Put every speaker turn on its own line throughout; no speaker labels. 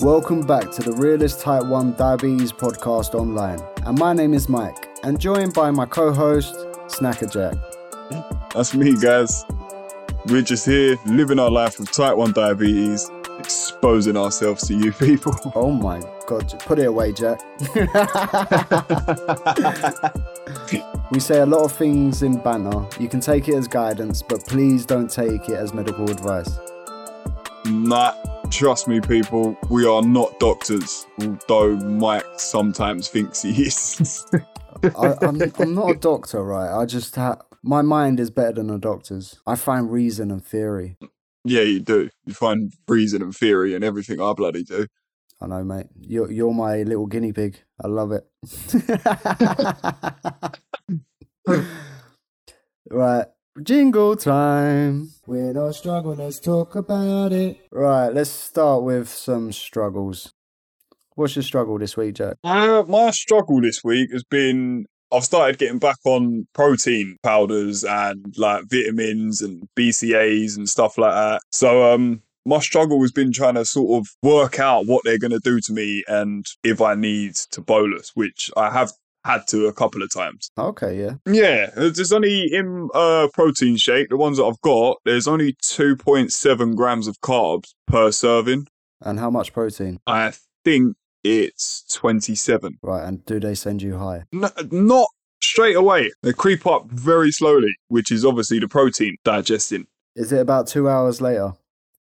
Welcome back to the Realist Type 1 Diabetes Podcast Online. And my name is Mike, and joined by my co host, Snacker Jack.
That's me, guys. We're just here living our life with type 1 diabetes, exposing ourselves to you people.
Oh my god, j- put it away, Jack. we say a lot of things in banter. You can take it as guidance, but please don't take it as medical advice.
nah, trust me, people, we are not doctors, although Mike sometimes thinks he is.
I, I'm, I'm not a doctor, right? I just ha- my mind is better than a doctor's. I find reason and theory.
yeah, you do. You find reason and theory and everything I bloody do.
I know, mate. You're you're my little guinea pig. I love it. right, jingle time.
We're not struggling, let's talk about it.
Right, let's start with some struggles. What's your struggle this week, Jack?
Uh, my struggle this week has been I've started getting back on protein powders and like vitamins and BCAAs and stuff like that. So um my struggle has been trying to sort of work out what they're going to do to me and if I need to bolus, which I have had to a couple of times.
Okay, yeah.
Yeah, there's only in uh, protein shake, the ones that I've got, there's only 2.7 grams of carbs per serving.
And how much protein?
I think it's 27.
Right, and do they send you high?
N- not straight away. They creep up very slowly, which is obviously the protein digesting.
Is it about two hours later?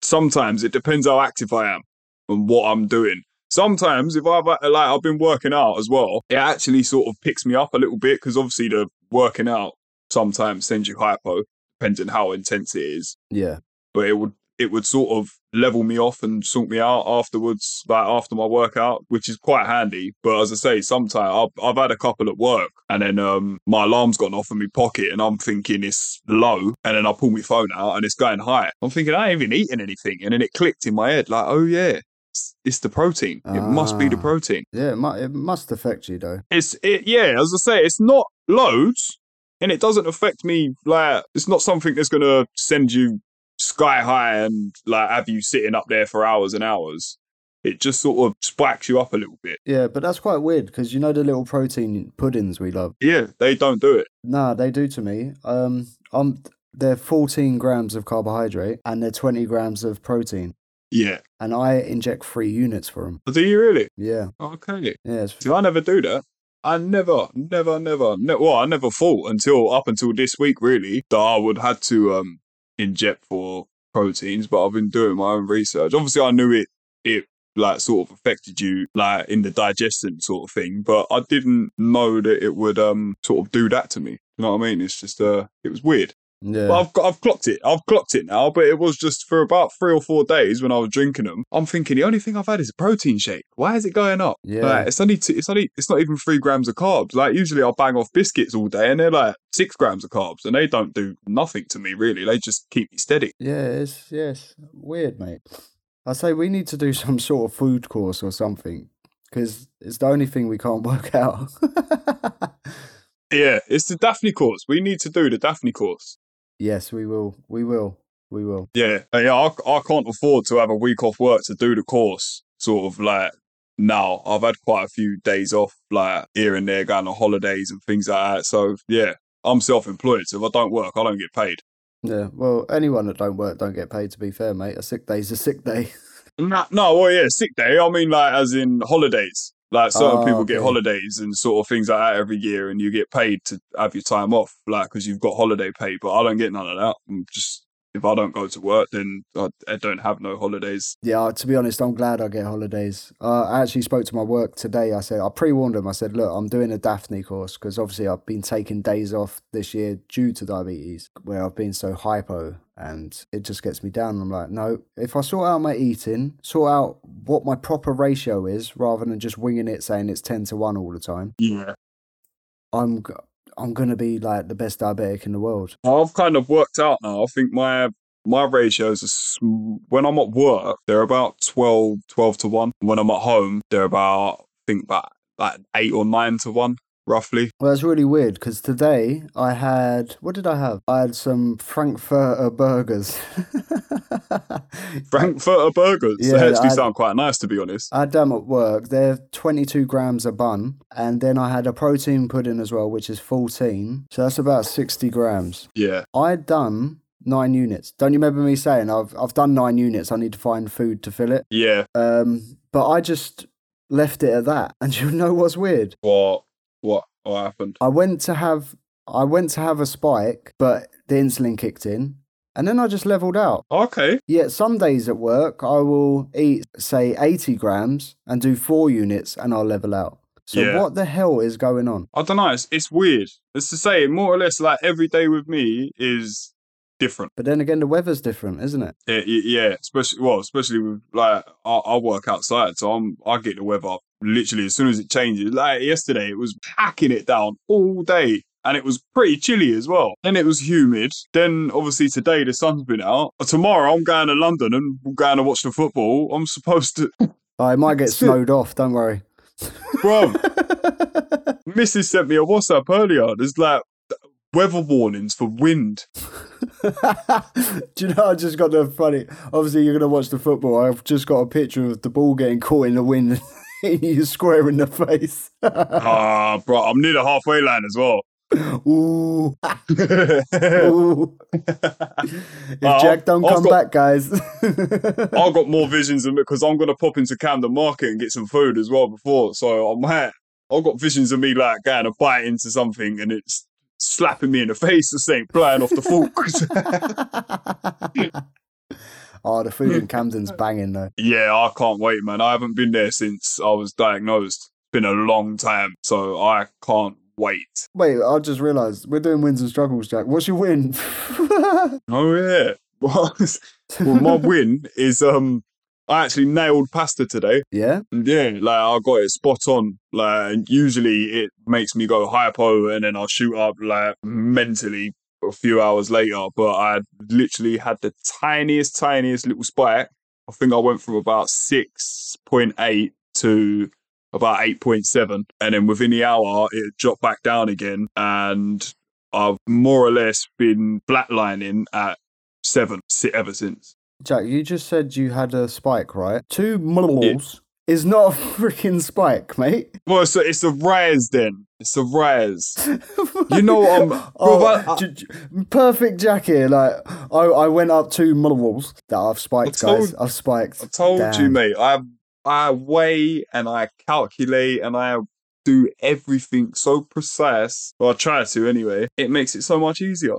Sometimes it depends how active I am and what I'm doing. Sometimes if I've uh, like I've been working out as well, it actually sort of picks me up a little bit because obviously the working out sometimes sends you hypo, depending how intense it is.
Yeah.
But it would it would sort of level me off and sort me out afterwards, like after my workout, which is quite handy. But as I say, sometimes I've, I've had a couple at work and then um, my alarm's gone off in my pocket and I'm thinking it's low. And then I pull my phone out and it's going high. I'm thinking I ain't even eaten anything. And then it clicked in my head like, oh yeah, it's, it's the protein. It must be the
Ah.
protein.
Yeah, it, mu- it must affect you though.
It's it yeah, as I say, it's not loads and it doesn't affect me like it's not something that's gonna send you sky high and like have you sitting up there for hours and hours. It just sort of spikes you up a little bit.
Yeah, but that's quite weird because you know the little protein puddings we love.
Yeah, they don't do it.
Nah, they do to me. Um, um, they're 14 grams of carbohydrate and they're 20 grams of protein,
Yeah.
and I inject three units for them.
Do you really?
Yeah,
Okay.
yeah, it's,
See, I never do that. I never, never, never, ne- well, I never thought until up until this week, really, that I would had to um inject for proteins. But I've been doing my own research. Obviously, I knew it, it like sort of affected you, like in the digestion sort of thing. But I didn't know that it would um sort of do that to me. You know what I mean? It's just uh, it was weird.
yeah.
But I've got, I've clocked it. I've clocked it now. But it was just for about three or four days when I was drinking them. I'm thinking the only thing I've had is a protein shake. Why is it going up?
Yeah.
Like, it's only two, it's only it's not even three grams of carbs. Like usually I'll bang off biscuits all day and they're like six grams of carbs and they don't do nothing to me really. They just keep me steady.
Yeah, it's yes, weird, mate. I say we need to do some sort of food course or something because it's the only thing we can't work out.
Yeah, it's the Daphne course. We need to do the Daphne course.
yes, we will. We will. We will.
Yeah, and yeah. I, c- I can't afford to have a week off work to do the course. Sort of like now, I've had quite a few days off, like here and there, going on holidays and things like that. So yeah, I'm self-employed. So if I don't work, I don't get paid.
Yeah. Well, anyone that don't work don't get paid. To be fair, mate, a sick day's a sick day.
No, no, well, yeah, sick day. I mean, like as in holidays. Like certain
Oh,
people get
okay.
holidays and sort of things like that every year, and you get paid to have your time off, like because you've got holiday pay. But I don't get none of that. I'm just if I don't go to work, then I, I don't have no holidays.
Yeah, to be honest, I'm glad I get holidays. Uh, I actually spoke to my work today. I said I pre-warned them. I said, look, I'm doing a Daphne course because obviously I've been taking days off this year due to diabetes, where I've been so hypo and it just gets me down. I'm like, no, if I sort out my eating, sort out what my proper ratio is, rather than just winging it, saying it's ten to one all the time,
Yeah,
I'm g- I'm gonna be like the best diabetic in the world.
I've kind of worked out now. I think my my ratios are sm- when I'm at work, they're about 12, 12 to one. When I'm at home, they're about I think about like eight or nine to one, roughly.
Well, that's really weird because today I had what did I have? I had some Frankfurter burgers.
Frankfurter burgers.
Yeah,
they actually
I-
sound quite nice, to be honest.
I had them at work. They're 22 grams a bun. And then I had a protein pudding as well, which is 14. So that's about 60 grams.
yeah.
I'd done nine units. Don't you remember me saying I've, I've done nine units. I need to find food to fill it.
Yeah.
Um, but I just left it at that. And you know what's weird?
What? What? What happened?
I went to have I went to have a spike, but the insulin kicked in. And then I just leveled out.
Okay.
Yet some days at work, I will eat, say, 80 grams and do four units and I'll level out. So,
Yeah.
what the hell is going on?
I don't know. It's, it's weird. It's to say, more or less, like every day with me is different.
But then again, the weather's different, isn't it?
Eh, y- yeah, especially well, especially with like I, I work outside, so I'm I get the weather literally as soon as it changes. Like yesterday, it was packing it down all day. And it was pretty chilly as well. Then it was humid. Then obviously today the sun's been out. Tomorrow I'm going to London and we're going to watch the football. I'm supposed to,
I might get
Still-
snowed off, don't worry.
bro. Mrs. sent me a WhatsApp earlier. There's like weather warnings for wind.
Do you know, I just got the funny. Obviously, you're going to watch the football. I've just got a picture of the ball getting caught in the wind and hitting you square in the face.
Ah, bro, I'm near the halfway line as well.
Ooh.
I've
Ooh. If
Well,
Jack don't
I've
come
got-
back, guys.
got more visions of it because I'm gonna pop into Camden Market and get some food as well before. So I might. I've got visions of me like going to bite into something and it's slapping me in the face or something, flying off the fork.
oh, the food in Camden's banging though.
yeah, I can't wait, man. I haven't been there since I was diagnosed. It's been a long time, so I can't wait.
Wait, I just realised we're doing wins and struggles, Jack. What's your win?
Oh yeah. Well, my win is um, I actually nailed pasta today.
yeah,
Yeah, like I got it spot on. Like and usually it makes me go hypo and then I'll shoot up like mentally a few hours later. But I literally had the tiniest, tiniest little spike. I think I went from about six point eight to about eight point seven, and then within the hour it dropped back down again. And I've more or less been flatlining at seven si- ever since.
Jack, you just said you had a spike, right? Two mulls is not a freaking spike, mate.
Well, so it's a rise then. It's a rise. You know, um, bro, but I-
Oh, j- j- perfect Jack here. Like, I, I went up two mulls that I've spiked,
I told-
guys. I've spiked.
I told you,
Damn.
mate. I I weigh and I calculate and I do everything so precise. Well, I try to anyway. It makes it so much easier.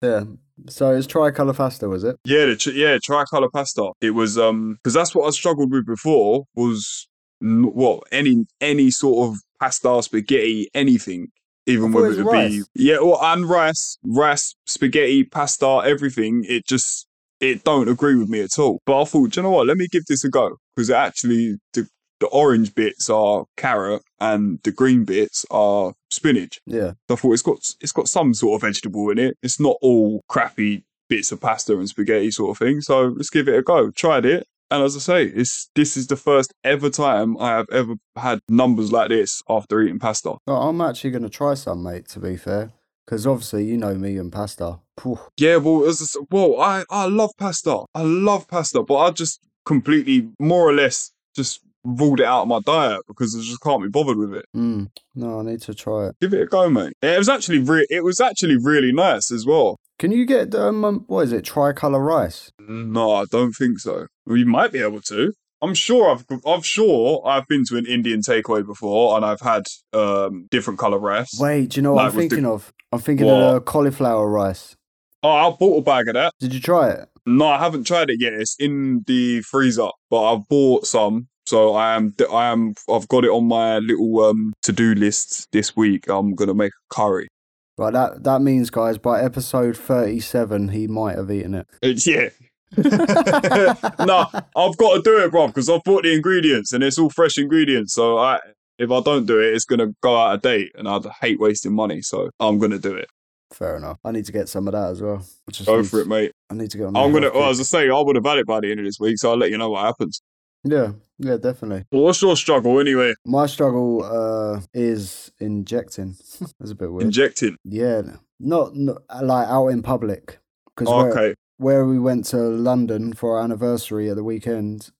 Yeah. Um, So it's tricolour pasta, was it?
Yeah, the, tr- yeah, tricolor pasta. It was um because that's what I struggled with before was n- what any any sort of pasta, spaghetti, anything. Even
I thought
whether
it
it
was
be
rice.
yeah, well, and rice, rice, spaghetti, pasta, everything. It just it don't agree with me at all. But I thought, "Do you know what? Let me give this a go because actually the the orange bits are carrot and the green bits are spinach.
Yeah.
So I thought it's got it's got some sort of vegetable in it. It's not all crappy bits of pasta and spaghetti sort of thing. So let's give it a go. Tried it, and as I say, it's this is the first ever time I have ever had numbers like this after eating pasta.
Well, I'm actually going to try some, mate, to be fair. Because obviously, you know me and pasta. Phew.
Yeah, well, as I s- well, I I love pasta. I love pasta, but I just completely more or less just ruled it out of my diet because I just can't be bothered with it.
Mm. No, I need to try it.
Give it a go, mate. It was actually re- it was actually really nice as well.
Can you get, um, um, what is it, tricolour rice?
No, I don't think so. We might be able to. I'm sure I've I'm sure I've been to an Indian takeaway before and I've had um different color rice.
Wait, do you know what
No,
I'm
it was the-
thinking of? I'm thinking of
What?
uh, cauliflower rice.
Oh, I bought a bag of that.
Did you try it?
No, I haven't tried it yet. It's in the freezer, but I've bought some. So I am I am I've got it on my little um to-do list this week. I'm going to make a curry.
Right, that, that means, guys, by episode 37, he might have eaten it.
It's yeah. no, I've got to do it, bro, because I've bought the ingredients and it's all fresh ingredients. So I, if I don't do it, it's gonna go out of date, and I'd hate wasting money. So I'm gonna do it.
Fair enough. I need to get some of that as well. I Just
Go
need
for
to-
it, mate.
I need to get on
I'm
the
gonna.
health
Well,
kick.
as I say, I would have had it by the end of this week, so I'll let you know what happens.
Yeah, yeah, definitely.
Well, what's your struggle anyway?
My struggle uh, is injecting. That's a bit weird.
Injecting.
uh, yeah, not, not like out in public because
okay.
where we went to London for our anniversary at the weekend,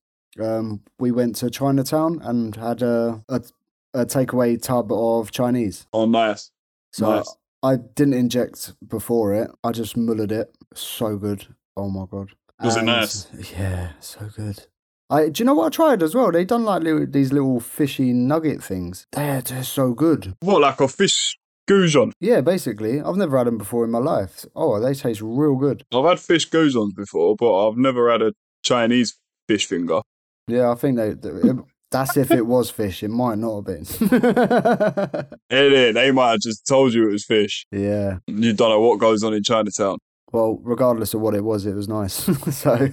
um, we went to Chinatown and had a, a a takeaway tub of Chinese.
Oh, nice.
So
Nice.
I didn't inject before it. I just mullered it. So good. Oh my god.
Was it nice?
Yeah, so good. I do you know what I tried as well? They done like little, these little fishy nugget things. They're they're so good.
What, like a fish goujon?
Yeah, basically, I've never had them before in my life. Oh, they taste real good.
I've had fish goujons before, but I've never had a Chinese fish finger.
Yeah, I think they. they- that's if it was fish. It might not have been.
It, they might have just told you it was fish.
yeah.
You don't know what goes on in Chinatown.
Well, regardless of what it was, it was nice. so.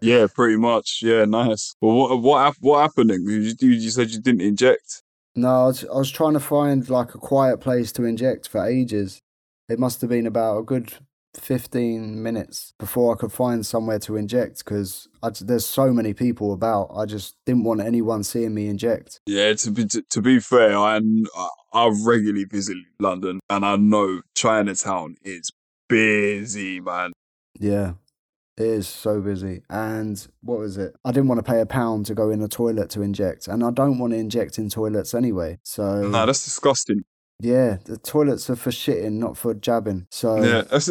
Yeah, pretty much. Yeah, nice. Well, what what hap- what happened? then? You, you, you said you didn't inject.
No, I was, I was trying to find like a quiet place to inject for ages. It must have been about a good 15 minutes before I could find somewhere to inject because there's so many people about. I just didn't want anyone seeing me inject.
Yeah, to be to, to be fair, I, kn- I I regularly visit London, and I know Chinatown is busy, man.
Yeah. It is so busy. And what was it? I didn't want to pay a pound to go in a toilet to inject. And I don't want to inject in toilets anyway. So,
Nah, that's disgusting.
yeah, the toilets are for shitting, not for jabbing. So,
Yeah, that's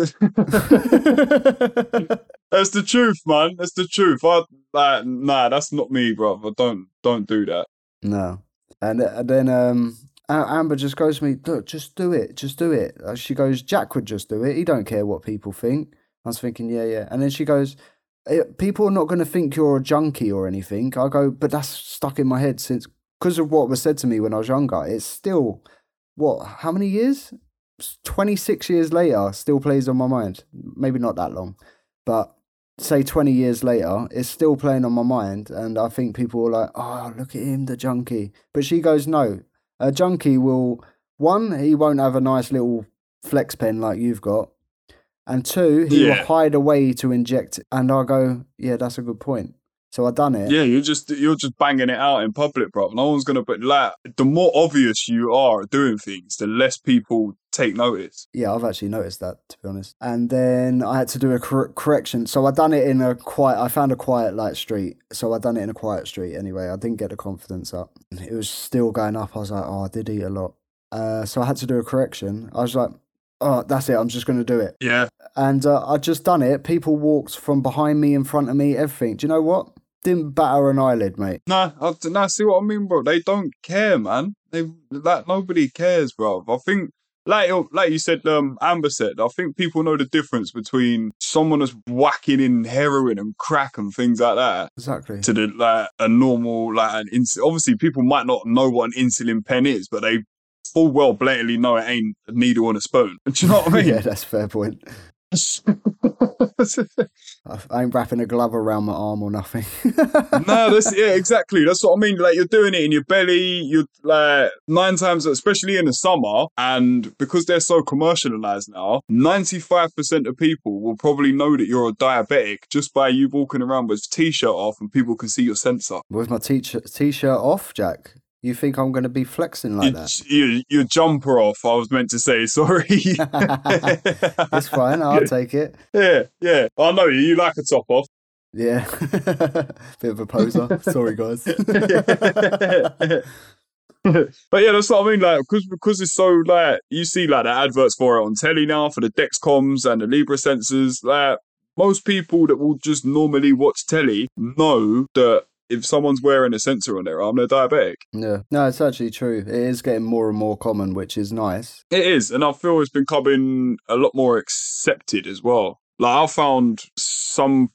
that's the truth, man. That's the truth. I like, nah, that's not me, bro. Don't don't do that.
No. And, and then um, A- Amber just goes to me, look, just do it, just do it. Uh, She goes, Jack would just do it. He don't care what people think. I was thinking, yeah, yeah. And then she goes, "Eh, people are not going to think you're a junkie or anything. I go, but that's stuck in my head since, because of what was said to me when I was younger. It's still, what, how many years? S- 26 years later, still plays on my mind. Maybe not that long, but say 20 years later, it's still playing on my mind. And I think people are like, oh, look at him, the junkie. But she goes, no, a junkie will, one, he won't have a nice little flex pen like you've got. And two, he
Yeah.
will hide away to inject. And I go, yeah, that's a good point. So I done it.
Yeah, you're just you're just banging it out in public, bro. No one's gonna but like the more obvious you are at doing things, the less people take notice.
Yeah, I've actually noticed that to be honest. And then I had to do a cor- correction. So I done it in a quiet. I found a quiet light street. So I done it in a quiet street anyway. I didn't get the confidence up. It was still going up. I was like, oh, I did eat a lot. Uh, so I had to do a correction. I was like, oh, that's it. I'm just going to do it.
Yeah,
And uh, I just done it. People walked from behind me, in front of me, everything. Do you know what? Didn't batter an eyelid, mate.
nah, I, nah. See what I mean, bro? They don't care, man. They like nobody cares, bro. I think like like you said, um, Amber said. I think people know the difference between someone that's whacking in heroin and crack and things like that
Exactly.
to the like a normal like an ins- obviously people might not know what an insulin pen is, but they full well blatantly know it ain't a needle and a spoon. Do you know what I mean?
yeah, that's a fair point. I I ain't wrapping a glove around my arm or nothing.
no, that's yeah, exactly. That's what I mean. Like you're doing it in your belly. You're like nine times, especially in the summer, and because they're so commercialized now, ninety five percent of people will probably know that you're a diabetic just by you walking around with t-shirt off, and people can see your sensor.
with my teacher t-shirt off, Jack. You think I'm going to be flexing like
Your, your, your jumper off. I was meant to say sorry.
that? it's fine. I'll take it.
yeah, yeah. I know you. You like a top off.
Yeah, bit of a poser. Sorry, guys.
but yeah, that's what I mean. Like, because because it's so like you see like the adverts for it on telly now for the Dexcoms and the Libra sensors. Like most people that will just normally watch telly know that if someone's wearing a sensor on their arm, they're diabetic.
yeah, no, it's actually true. It is getting more and more common, which is nice.
It is, and I feel it's becoming a lot more accepted as well. Like I found some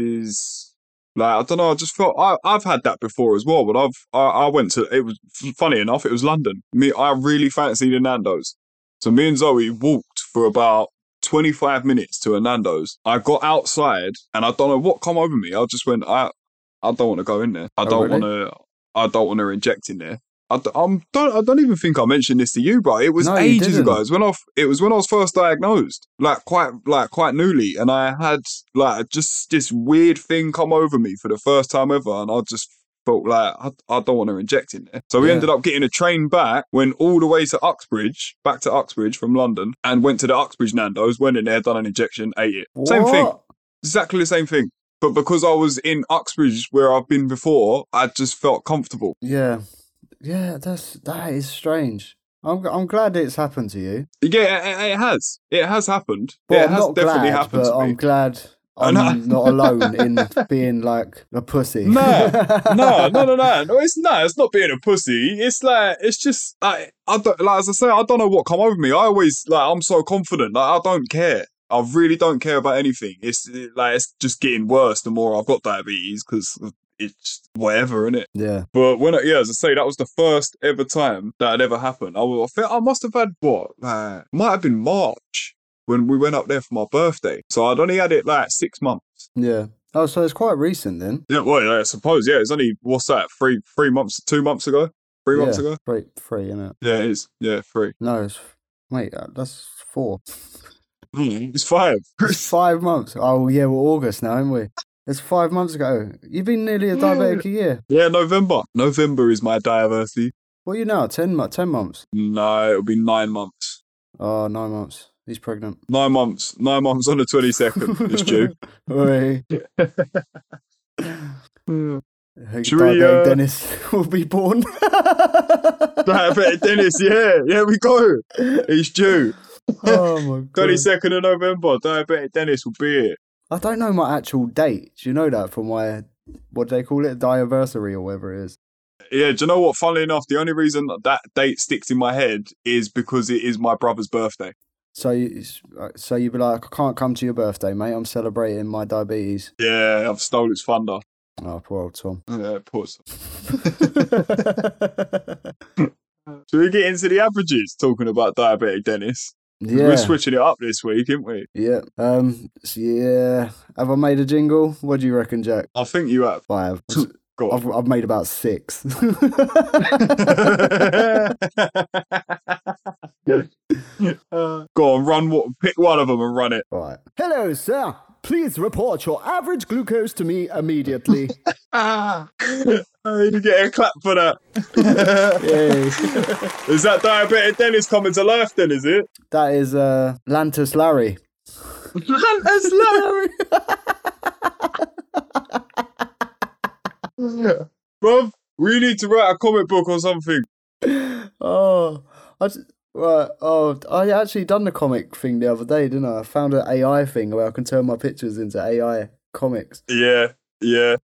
places, like I don't know, I just felt I, I've had that before as well. But I've I, I went to it was funny enough, it was London. Me, I really fancied a Nando's, so me and Zoe walked for about. 25 minutes to a Nando's. I got outside and I don't know what come over me. I just went, I, I don't want to go in there. I
Oh,
don't
really?
want to, I don't want to inject in there. I d- I'm, don't, I don't even think I mentioned this to you, bro. It was
No, you
ages ago.
didn't.
It was when I, f- it was when I was first diagnosed, like quite, like quite newly, and I had like just this weird thing come over me for the first time ever, and I just felt like I, I don't want to inject in there. So we
Yeah.
ended up getting a train back, went all the way to Uxbridge, back to Uxbridge from London, and went to the Uxbridge Nando's, went in there, done an injection, ate it. Same thing.
What?
Exactly the same thing. But because I was in Uxbridge where I've been before, I just felt comfortable.
Yeah, yeah. That's that is strange. I'm I'm glad it's happened to you.
Yeah, it, it has. It has happened.
But
it
I'm
has
not
definitely
glad,
happened
but
to me.
I'm glad
I
I'm
know.
not alone in being like a pussy.
No, no, no, no, no, no. It's no, it's not being a pussy. It's like it's just like I don't like as I say, I don't know what come over me. I always like I'm so confident, like I don't care. I really don't care about anything. It's it, like it's just getting worse the more I've got diabetes because it's whatever in it.
Yeah,
But when I, yeah, as I say, that was the first ever time that had ever happened. I, was, I think I must have had what like might have been March when we went up there for my birthday. So I'd only had it like six months.
yeah. Oh, so it's quite recent then.
Yeah, well, I suppose. Yeah, it's only what's that? Three, three months, two months ago, three months
Yeah,
ago.
Three, three, innit?
Yeah, it is. Yeah, three.
No, it's wait. uh, That's four.
Mm, It's five.
It's five months. Oh yeah, we're August now, aren't we? It's five months ago. You've been nearly a diabetic a year.
Yeah, November. November is my diversity.
What are you now? Ten months. Ten months.
No, it'll be nine months.
Oh, nine months. He's pregnant.
Nine months. Nine months on the twenty second. It's due.
Oi.
Should we,
Diabetic
uh,
Dennis will be born.
Diabetic Dennis. Yeah, yeah, we go. It's due.
oh my god.
Twenty second of November. Diabetic Dennis will be here.
I don't know my actual date. Do you know that from my what do they call it? Diversary or whatever it is.
Yeah, do you know what? Funnily enough, the only reason that, that date sticks in my head is because it is my brother's birthday.
So you so you'd be like, I can't come to your birthday, mate. I'm celebrating my diabetes.
Yeah, I've stole his thunder.
Oh, poor old Tom.
Yeah, pause. So we get into the averages talking about diabetic Dennis. We're
yeah.
switching it up this week, aren't we?
Yeah. Um so yeah. Have I made a jingle? What do you reckon, Jack?
I think you have.
I have.
Go on.
I've, I've made about six.
Go on, run. What? Pick one of them and run it.
Right. Hello, sir. Please report your average glucose to me immediately.
Ah, I need to get a clap for that.
Yay.
Is that diabetic Dennis coming to life? Then is it?
That is uh, Lantus Larry.
That's Bruv, we need to write a comic book or something.
Oh, I just, right. Oh, I actually done the comic thing the other day, didn't I? I found an AI thing where I can turn my pictures into AI comics.
Yeah, yeah.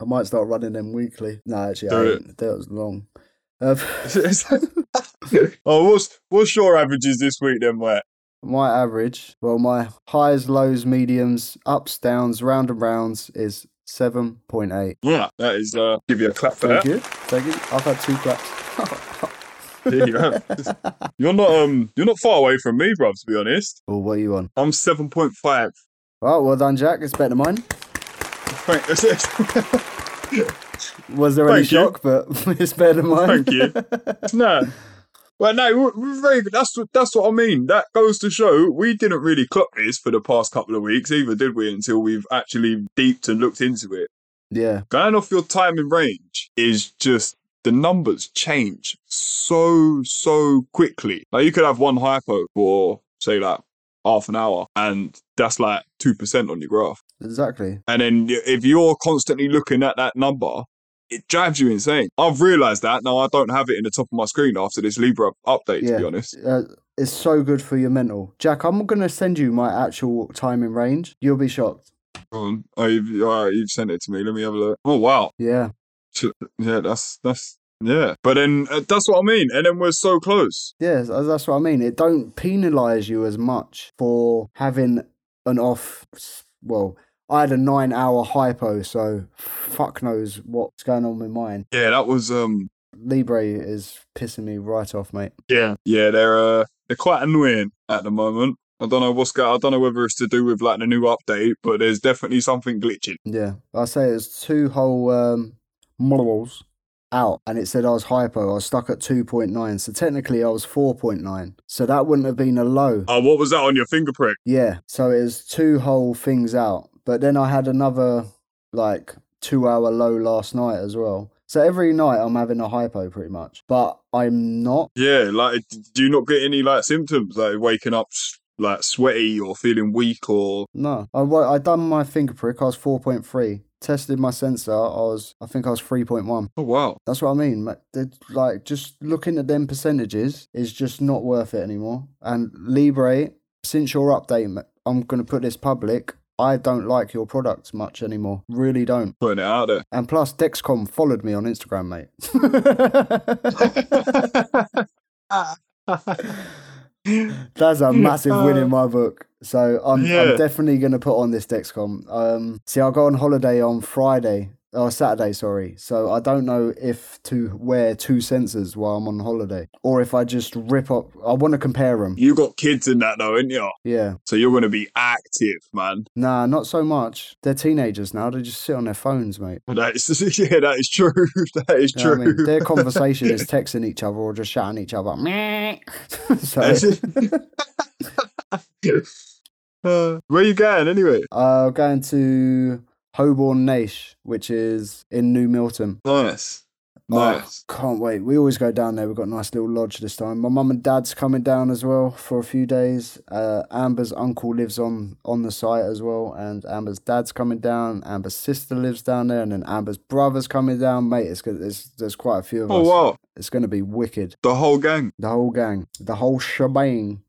I might start running them weekly. No, actually,
Do
I
it.
ain't. that was long. Uh,
oh, what's what's your averages this week then, mate?
my average, well, my highs, lows, mediums, ups, downs, round and rounds is seven point eight.
Yeah, that is. Uh, give you a clap for
Thank
that.
you, thank you. I've had two claps.
There you have. You're not um, you're not far away from me, bruv. To be honest,
oh, what are you on?
I'm seven point five.
Oh, well done, Jack. It's better than mine.
Thank, thank
Was there any
Thank you.
shock? But it's better than mine.
you. No. Well, no, we're- we're very good. That's what that's what I mean. That goes to show we didn't really clock this for the past couple of weeks either, did we? Until we've actually deeped and looked into it.
Yeah.
going off your time in range is just the numbers change so so quickly. Like you could have one hypo for say like half an hour, and that's like two percent on your graph.
Exactly.
And then y- if you're constantly looking at that number, it drives you insane. I've realised that now. I don't have it in the top of my screen after this Libra update. To
Yeah.
be honest,
Uh, it's so good for your mental. Jack, I'm going to send you my actual time in range. You'll be shocked.
um, oh, you've, all right, you've sent it to me. Let me have a look. Oh wow,
Yeah.
yeah, that's that's yeah. But then uh, that's what I mean. And then we're so close.
Yeah, tha- that's what I mean. It don't penalize you as much for having an off. Well, I had a nine hour hypo, so fuck knows what's going on with mine.
Yeah, that was um
Libre is pissing me right off, mate.
Yeah. Yeah, they're uh, they're quite annoying at the moment. I don't know what's going. I don't know whether it's to do with like the new update, but there's definitely something glitching.
Yeah, I say it's two whole um, models out, and it said I was hypo. I was stuck at two point nine, so technically I was four point nine. So that wouldn't have been a low.
Oh, what was that on your finger prick?
Yeah, so it was two whole things out. But then I had another like two hour low last night as well. So every night I'm having a hypo pretty much, but I'm not.
Yeah, like d- do you not get any like symptoms like waking up s- like sweaty or feeling weak or
No, I, wa- I done my finger prick. I was four point three. Tested my sensor. I was, I think I was three point one.
oh wow
That's what I mean. ma- they're- Like just looking at them percentages is just not worth it anymore. And Libre, since your update, ma- I'm gonna put this public. I don't like your products much anymore. Really don't.
putting it out there.
And plus, Dexcom followed me on Instagram, mate. That's a massive win in my book. So I'm,
Yeah.
I'm definitely going to put on this Dexcom. Um, see, I go on holiday on Friday or Saturday, sorry. So I don't know if to wear two sensors while I'm on holiday, or if I just rip up. I want to compare them.
you got kids in that though, ain't you?
Yeah,
So you're gonna be active, man.
nah, not so much. They're teenagers now. They just sit on their phones, mate.
That is yeah, that is true. That is
You know
true.
what I mean? Their conversation is texting each other or just shouting each other. Meh. so,
Uh, where you going anyway?
uh, going to Hoborn Nash, which is in New Milton.
Nice,
Oh,
nice.
can't wait. We always go down there. We've got a nice little lodge this time. My mum and dad's coming down as well for a few days. Uh, Amber's uncle lives on on the site as well, and Amber's dad's coming down. Amber's sister lives down there, and then Amber's brother's coming down. Mate, it's good. There's, there's quite a few of
Oh
us.
wow,
It's going to be wicked.
the whole gang.
The whole gang, the whole shebang.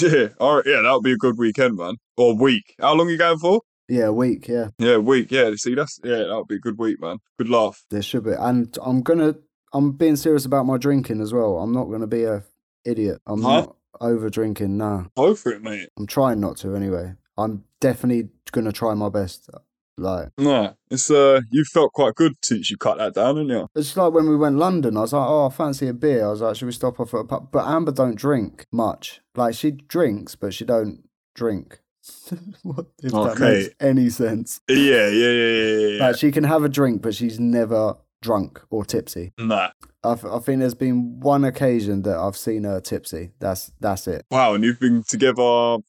Yeah, all right. Yeah, that'll be a good weekend, man, or week. How long you going for?
Yeah, week. Yeah,
Yeah, week. Yeah, see, that's yeah, that'll be a good week, man. Good laugh.
there should be. And I'm gonna. I'm being serious about my drinking as well. I'm not gonna be a idiot. I'm
Huh?
not over drinking. Nah.
Go for it, mate.
I'm trying not to anyway. I'm definitely gonna try my best. Like
Nah, it's uh, you felt quite good since you cut that down, didn't you?
it's like when we went London, I was like, oh, I fancy a beer. I was like, should we stop off at a pub? But Amber don't drink much. Like she drinks, but she don't drink. what if that
Okay.
makes any sense?
Yeah, yeah, yeah, yeah, yeah. yeah.
Like she can have a drink, but she's never drunk or tipsy.
Nah.
I, th- I think there's been one occasion that I've seen her tipsy. That's that's it.
Wow, and you've been together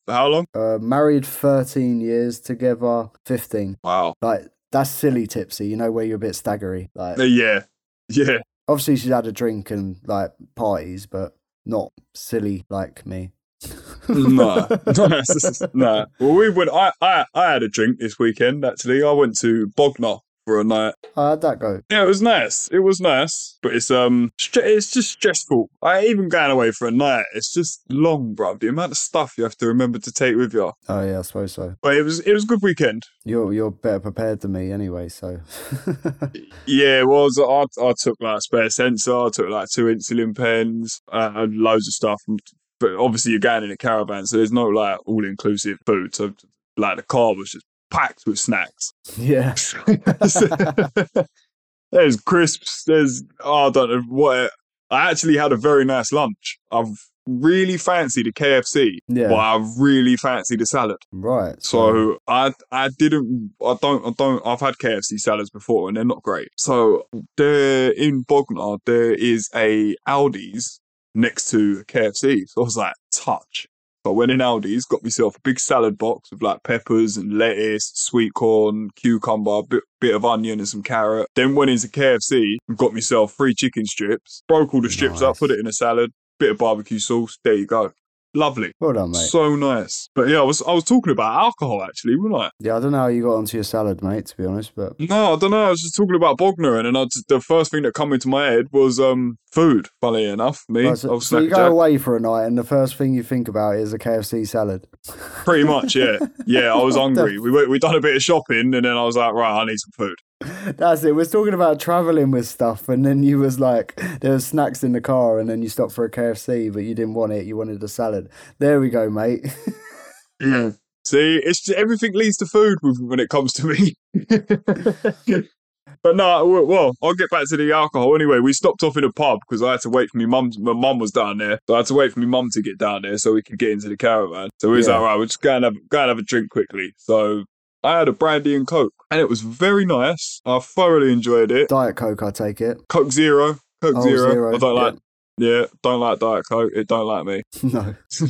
how long?
Uh, married 13 years together, 15.
Wow.
Like that's silly tipsy, you know, where you're a bit staggery. Like
Uh, Yeah, yeah.
obviously she's had a drink and like parties, but not silly like me.
Nah, nah. Well, we went. I, I, I had a drink this weekend. Actually, I went to Bognor for a night.
How'd that go?
Yeah, it was nice. It was nice, but it's um, stre- it's just stressful. I even going away for a night. It's just long, bruv. The amount of stuff you have to remember to take with you.
Oh yeah, I suppose so.
But it was, it was a good weekend.
You're you're better prepared than me anyway, so
Yeah, it was. I, I took like a spare sensor, I took like two insulin pens, uh, and loads of stuff. But obviously, you're going in a caravan, so there's no like all inclusive food. So, like, the car was just packed with snacks.
yeah.
there's crisps, there's, oh, I don't know what. I actually had a very nice lunch. I've really fancied a KFC,
Yeah.
but I really fancied a salad.
Right.
So I I didn't I don't I don't I've had KFC salads before and they're not great. So there in Bognor there is a Aldi's next to KFC. So I was like touch. So I went in Aldi's, got myself a big salad box with like peppers and lettuce, sweet corn, cucumber, a bit, bit of onion and some carrot. Then went into KFC and got myself three chicken strips, broke all the strips up,
Nice.
put it in a salad, bit of barbecue sauce. There you go. Lovely.
well done, mate.
So nice. But yeah, I was I was talking about alcohol actually, wasn't I?
yeah, I don't know how you got onto your salad, mate, to be honest, but
No, I don't know. I was just talking about Bognor, and then I just, the first thing that came into my head was um food. Funny enough, me,
Right,
I
Oh, so,
was
so you go
Snackjack.
away for a night and the first thing you think about is a KFC salad.
Pretty much, yeah, yeah. I was
What the
hungry. We went- we done a bit of shopping, and then I was like, right, I need some food.
That's it. We're talking about traveling with stuff, and then you was like, there was snacks in the car, and then you stopped for a KFC, but you didn't want it. You wanted a salad. There we go, mate.
Yeah. See, it's just, everything leads to food with- when it comes to me. but no, w- well, I'll get back to the alcohol anyway. We stopped off in a pub because I had to wait for my mum. My mum was down there, so I had to wait for my mum to get down there so we could get into the caravan. So we was
Yeah.
like, right, we're just going to have, go and have a drink quickly. So I had a brandy and coke, and it was very nice. I thoroughly enjoyed it.
Diet Coke, I take it.
Coke zero, Coke
Oh,
zero.
zero,
I don't
yeah.
like. Yeah, don't like Diet Coke. It don't like me.
No.
so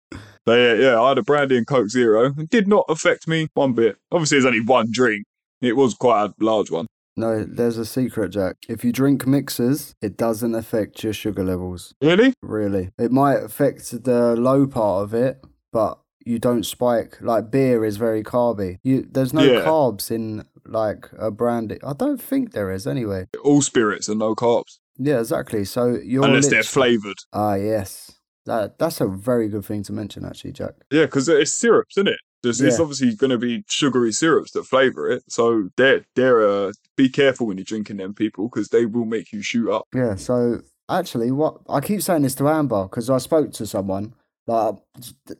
yeah, yeah, I had a brandy and Coke Zero. It did not affect me one bit. Obviously, there's only one drink. It was quite a large one.
No, there's a secret, Jack. If you drink mixers, it doesn't affect your sugar levels.
Really?
Really, it might affect the low part of it, but you don't spike. Like beer is very carby. You there's no
Yeah.
carbs in like a brandy. I don't think there is anyway.
All spirits and no carbs,
Yeah, exactly. So you're
unless they're
lit-
flavored.
Ah, yes. That that's a very good thing to mention, actually, Jack.
Yeah, because it's syrups, isn't it? There's, It's
Yeah.
obviously going to be sugary syrups that flavour it. So they're, they're uh, be careful when you're drinking them, people, because they will make you shoot up.
Yeah. So actually, what I keep saying this to Amber because I spoke to someone. Like um,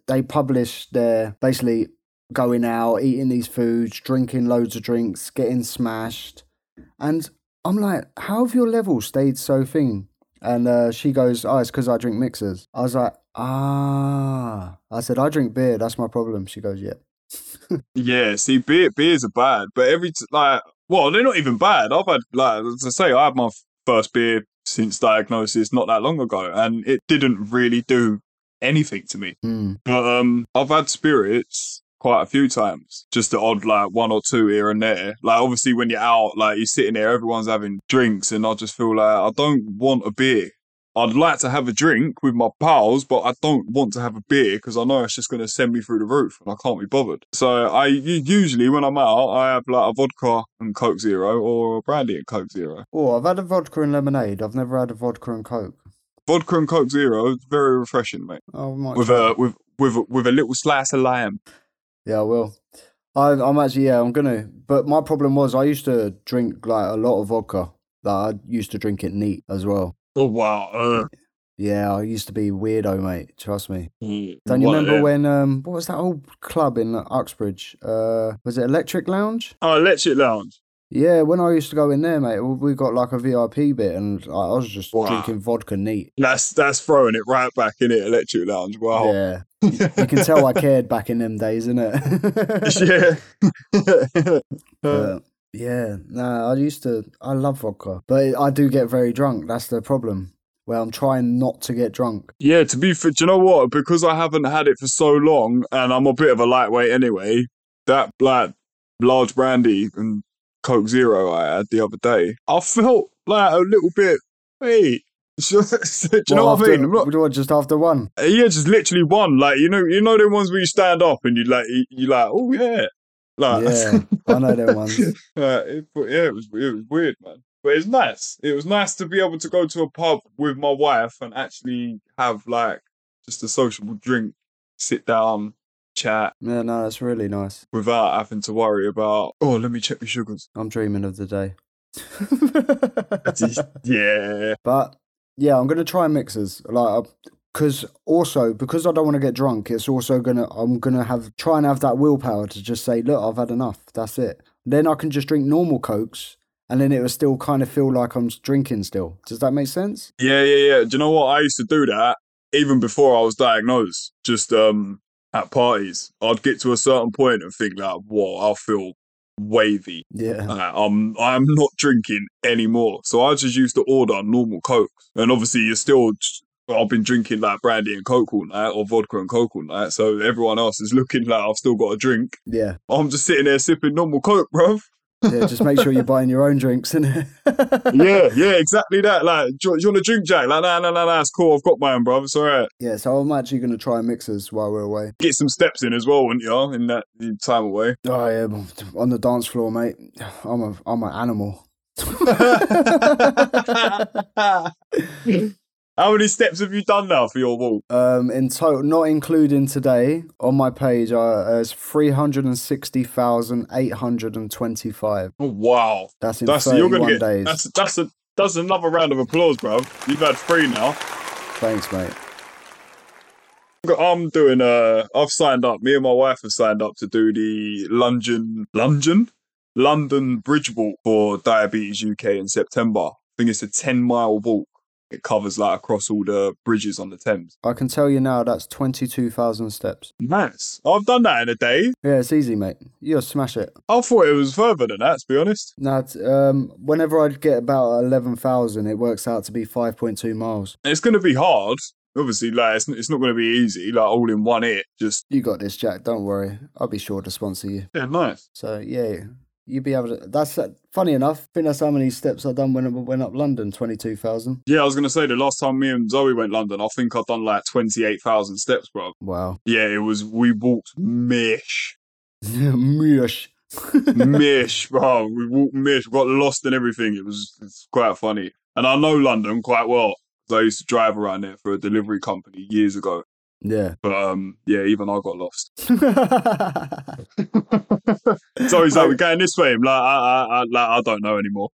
they publish their basically going out, eating these foods, drinking loads of drinks, getting smashed, and I'm like, how have your levels stayed so thin? And uh, she goes, oh, it's because I drink mixers. I was like, ah. I said, I drink beer. That's my problem. She goes, yeah.
Yeah, see, beer beers are bad, but every t- like, well, they're not even bad. I've had like as I say, I had my f- first beer since diagnosis not that long ago, and it didn't really do anything to me.
Hmm.
But um, I've had spirits quite a few times, just the odd like one or two here and there. Like obviously when you're out, like you're sitting there, everyone's having drinks, and I just feel like I don't want a beer. I'd like to have a drink with my pals, but I don't want to have a beer because I know it's just going to send me through the roof, and I can't be bothered. So I u- usually when I'm out, I have like a vodka and Coke Zero or a brandy and Coke Zero.
Oh, I've had a vodka and lemonade. I've never had a vodka and coke.
Vodka and Coke Zero, very refreshing, mate.
Oh, my
With uh, a with with a, with a little slice of lime.
Yeah, I will. I, I'm actually, yeah, I'm gonna. But my problem was, I used to drink like a lot of vodka. Like I used to drink it neat as well.
Oh wow! uh,
Yeah, I used to be weirdo, mate. Trust me.
Mm,
Don't you
one of
remember
them.
when um, what was that old club in Uxbridge? Uh, was it Electric Lounge?
Oh, Electric Lounge.
Yeah, when I used to go in there, mate, we got like a VIP bit, and I I was just
Wow.
drinking vodka neat.
That's that's throwing it right back in it. Electric Lounge. Wow.
Yeah, you can tell I cared back in them days, innit?
Yeah. Uh,
But yeah, no, I used to. I love vodka, but I do get very drunk. That's the problem. Well, I'm trying not to get drunk.
yeah. To be fair, do you know what? Because I haven't had it for so long, and I'm a bit of a lightweight anyway. That like large brandy and Coke Zero I had the other day, I felt like a little bit. Wait. do you
Well,
know what I
after-
mean? I'm not-
what, just after one.
Uh, Yeah, just literally one. Like you know, you know the ones where you stand up and you like you you like, oh yeah, like
Yeah, I know them ones.
Uh, it, but yeah, it was it was weird, man. But it's nice. It was nice to be able to go to a pub with my wife and actually have like just a sociable drink, sit down, chat
Yeah, no, that's really nice.
without having to worry about oh, let me check my sugars.
I'm dreaming of the day.
yeah,
but yeah, I'm gonna try mixers. Like, because also because I don't want to get drunk, it's also gonna I'm gonna have try and have that willpower to just say, look, I've had enough. That's it. Then I can just drink normal cokes, and then it will still kind of feel like I'm drinking still. Does that make sense?
yeah, yeah, yeah. Do you know what? I used to do that even before I was diagnosed. Just um at parties, I'd get to a certain point and think like, whoa, I'll feel wavy.
Yeah.
Uh, I'm I'm not drinking anymore, so I just used to order normal Coke, and obviously you're still. I've been drinking like brandy and coke all night, or vodka and coke all night. So everyone else is looking like I've still got a drink.
Yeah.
I'm just sitting there sipping normal coke, bruv.
Yeah. Just make sure you're buying your own drinks, innit?
yeah, yeah, exactly that. Like, do you, do you want a drink, Jack? Like, nah, nah, nah, nah, it's cool. I've got mine, bruv. It's all right.
yeah. So I'm actually gonna try mixers while we're away.
Get some steps in as well, wouldn't you? In that time away.
Oh yeah, on the dance floor, mate. I'm a I'm an animal.
How many steps have you done now for your walk?
Um, in total, not including today, on my page, uh, uh, it's 360,825.
Oh, wow.
That's in
That's you're
31
gonna get
days.
that's that's a that's another round of applause, bro. You've had three now.
Thanks, mate.
I'm doing uh I've signed up. Me and my wife have signed up to do the London London London Bridge Walk for Diabetes UK in September. I think it's a ten mile walk. It covers like across all the bridges on the Thames.
I can tell you now that's 22,000 steps.
Nice. I've done that in a day.
Yeah, it's easy, mate. You'll smash it.
I thought it was further than that, to be honest.
Now, it's, um, whenever I get about 11,000, it works out to be 5.2 miles.
It's gonna be hard. Obviously, like it's, it's not gonna be easy, like all in one hit. Just
You got this, Jack. Don't worry. I'll be sure to sponsor you.
yeah, nice.
So, yeah, You'd be able to. That's uh, funny enough. I think that's how many steps I done when I went up London. Twenty two thousand.
Yeah, I was gonna say the last time me and Zoe went London, I think I'd done like twenty eight thousand steps, bro.
Wow.
Yeah, it was we walked mish.
Mush.
mish, bro. We walked mish, got lost and everything. It was it's quite funny. And I know London quite well. 'cause I used to drive around there for a delivery company years ago.
yeah.
But um yeah, even I got lost. So he's like, we're going this way. I'm like, I, I, I, like, I don't know anymore.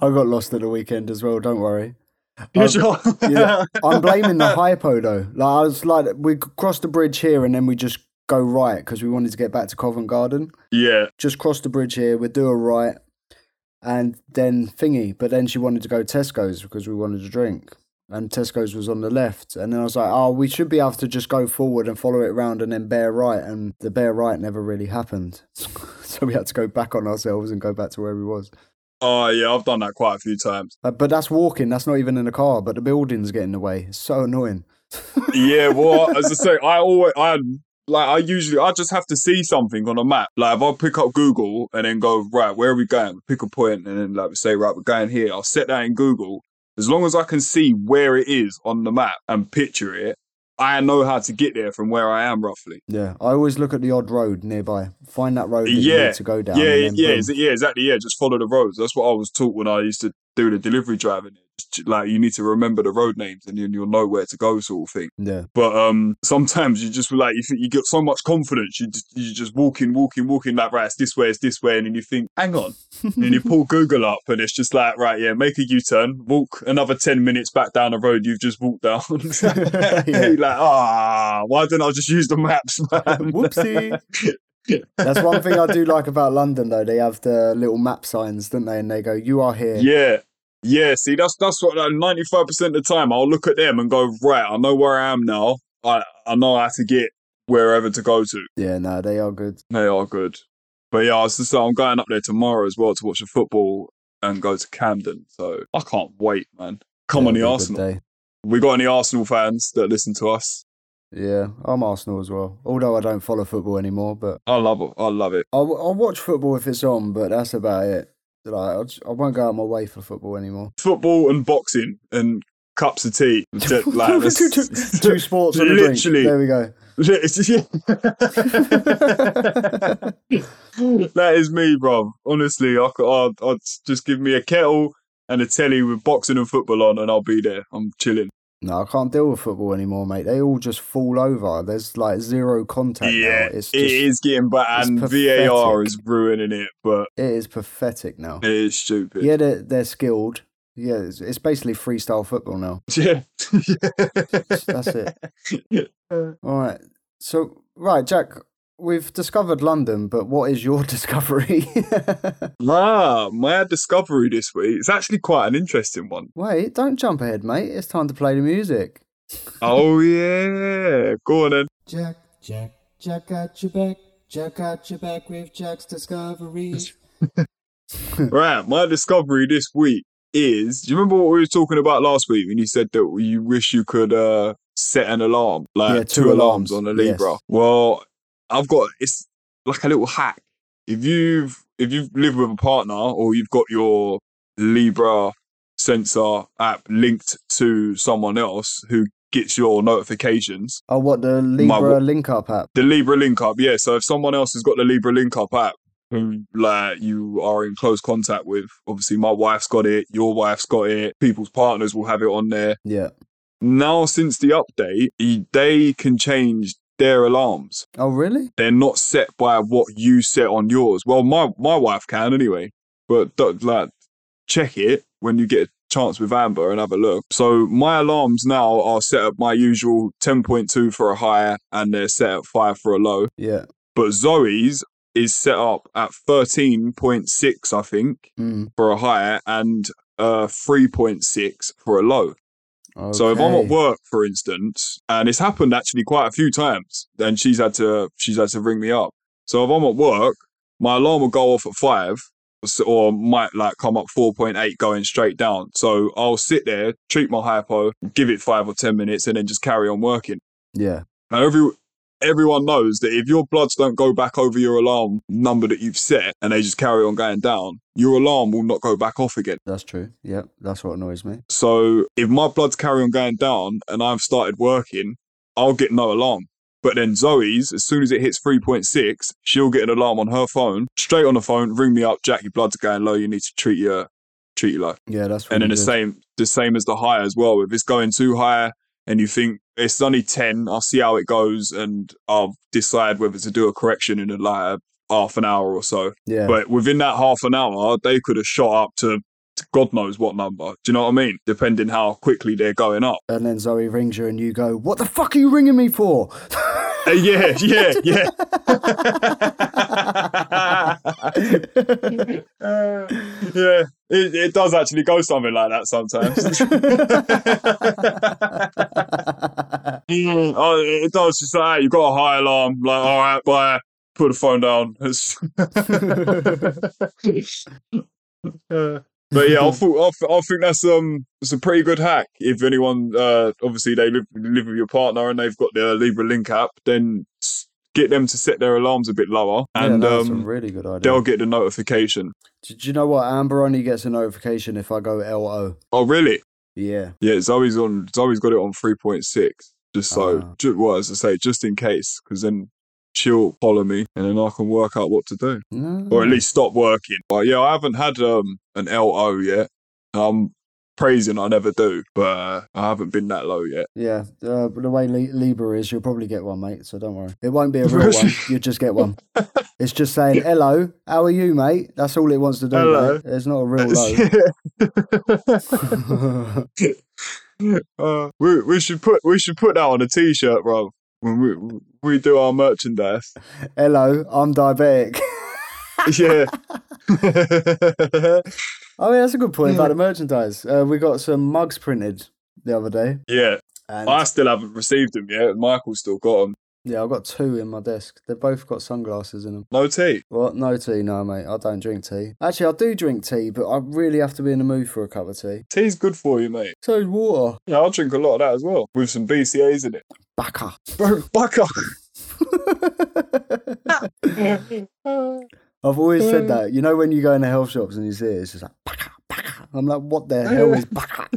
I got lost at the weekend as well. Don't worry.
Yeah,
Um,
sure.
yeah. I'm blaming the hypo though. Like I was like, we crossed the bridge here and then we just go right because we wanted to get back to Covent Garden.
yeah,
Just cross the bridge here. We do a right, and then thingy. But then she wanted to go Tesco's because we wanted a drink, and Tesco's was on the left. And then I was like, oh, we should be able to just go forward and follow it round and then bear right. And the bear right never really happened, so we had to go back on ourselves and go back to where we was.
oh yeah, I've done that quite a few times.
Uh, but that's walking. That's not even in a car. But the buildings get in the way. It's so annoying.
Yeah, well, as I say, I always, I like, I usually, I just have to see something on a map. Like, if I pick up Google and then go right, where are we going? Pick a point and then like say right, we're going here. I'll set that in Google. As long as I can see where it is on the map and picture it, I know how to get there from where I am roughly.
Yeah, I always look at the odd road nearby. Find that road that you
Yeah,
need to go down.
yeah,
and then
yeah,
boom.
ex- yeah, exactly. Yeah, just follow the roads. That's what I was taught when I used to do the delivery driving. It's j- Like you need to remember the road names, and then you'll know where to go, sort of thing.
yeah,
But um, sometimes you just feel like you think you get so much confidence, you just you just walking, walking, walking. Like right, it's this way, it's this way, and then you think, hang on. and then you pull Google up, and it's just like right, yeah, make a U turn, walk another ten minutes back down the road you've just walked down.
Yeah.
Like ah, why didn't I just use the maps, man?
Whoopsie. That's one thing I do like about London, though. They have the little map signs, don't they? And they go, "You are here."
Yeah. Yeah, see, that's that's what ninety five percent of the time I'll look at them and go, right, I know where I am now. I I know how to get wherever to go to.
Yeah, no, they are good.
They are good. But yeah, I was just I'm going up there tomorrow as well to watch the football and go to Camden. So I can't wait, man. Come
Yeah,
on,
it'll be
the
a good
Arsenal.
day.
We got any Arsenal fans that listen to us?
Yeah, I'm Arsenal as well. Although I don't follow football anymore, but
I love it. I love it.
I w- I'll watch football if it's on. But that's about it. Like, I, just, I won't go out my way for football anymore.
Football and boxing and cups of tea. Like, that's-
Two sports on a drink.
Literally.
There we go.
that is me, bro. Honestly, I could, I'd, I'd just give me a kettle and a telly with boxing and football on, and I'll be there. I'm chilling.
No, I can't deal with football anymore, mate. They all just fall over. There's like zero contact. now.
yeah,
it's just,
it is getting bad,
it's
and VAR is ruining it, but
It is pathetic now.
it is stupid.
Yeah, they're, they're skilled. Yeah, it's, it's basically freestyle football now.
Yeah.
That's it.
Yeah.
All right. So, right, Jack, we've discovered London, but what is your discovery?
Ah, my discovery this week is actually quite an interesting one.
Wait, don't jump ahead, mate. It's time to play the music.
Oh yeah, go on then.
Jack, Jack, Jack got your back. Jack got your back with Jack's discoveries.
Right, my discovery this week is do you remember what we were talking about last week when you said that you wish you could uh set an alarm? Like
Yeah, two
two, alarms,
alarms,
on a
yes.
Libra. Well, I've got it's like a little hack. If you've if you've lived with a partner or you've got your Libra sensor app linked to someone else who gets your notifications,
Oh, what, the
My
Libra
wa-
link up app?
the Libra link up, yeah. So if someone else has got the Libra link up app, who like you are in close contact with, obviously my wife's got it, your wife's got it, people's partners will have it on there.
Yeah.
Now since the update, e- they can change their alarms.
Oh, really?
They're not set by what you set on yours. Well, my my wife can anyway, but do like check it when you get a chance with Amber and have a look. So my alarms now are set at my usual 10.2 for a high and they're set at 5 for a low
Yeah.
but Zoe's is set up at 13.6, I think,
Mm.
for a higher and uh 3.6 for a low. So if I'm at
Okay.
work, for instance, and it's happened actually quite a few times, then she's had to she's had to ring me up. So if I'm at work, my alarm will go off at five, s- or might like come up 4.8, going straight down. So I'll sit there, treat my hypo, give it five or ten minutes, and then just carry on working.
Yeah.
Now every everyone knows that if your bloods don't go back over your alarm number that you've set and they just carry on going down, your alarm will not go back off again.
That's true. Yep, that's what annoys me.
So if my bloods carry on going down and I've started working, I'll get no alarm. But then Zoe's, as soon as it hits 3.6, she'll get an alarm on her phone, straight on the phone, ring me up, Jack, your blood's going low, you need to treat your treat your life.
Yeah, that's
And then
really good.
the same the same as the high as well. If it's going too high and you think it's only ten, I'll see how it goes and I'll decide whether to do a correction in a like half an hour or so.
Yeah,
But within that half an hour, they could have shot up to, to God knows what number. Do you know what I mean? Depending how quickly they're going up.
and then Zoe rings you, and you go, "What the fuck are you ringing me for?"
Uh, yeah, yeah, yeah. Uh, yeah, it, it does actually go something like that sometimes. Mm, oh, it it does. Just like, hey, you got a high alarm. Like, all right, bye. Put the phone down. It's- Uh, but yeah, I thought I, th- I think that's um it's a pretty good hack. If anyone, uh, obviously they live live with your partner and they've got their Libra Link app, then s- get them to set their alarms a bit lower,
Yeah,
and
that's a
um,
really good idea.
they'll get the notification.
Do, do you know what? Amber only gets a notification if I go L O.
Oh, really?
Yeah.
Yeah, Zoe's on. Zoe's got it on three point six. Just so,
Ah.
ju- well, as I say, just in case, because then she'll follow me, and then I can work out what to do, or at
Mm.
least stop working. But yeah, I haven't had um an LO yet. I'm praising I never do, but uh, I haven't been that low yet.
Yeah. Uh, but the way Li- Libra is, you'll probably get one, mate. So don't worry. It won't be a real one. You'll just get one. It's just saying, hello, how are you, mate? That's all it wants to do.
Hello.
mate. It's not a real low.
uh, we we should put we should put that on a t-shirt, bro. When we we do our merchandise,
hello, I'm diabetic.
yeah.
Oh, yeah, that's a good point about the merchandise. Uh, we got some mugs printed the other day.
yeah,
And
I still haven't received them yet. Michael's still got them.
yeah, I've got two in my desk. They've both got sunglasses in them.
No tea.
Well, no tea, no, mate. I don't drink tea. Actually, I do drink tea, but I really have to be in the mood for a cup of tea.
Tea's good for you, mate.
So is water.
Yeah, I'll drink a lot of that as well with some BCAs in it.
Backer.
Bro, buck up.
I've always said that. You know, when you go into health shops and you see it, it's just like, backer, backer. I'm like, what the hell is backer?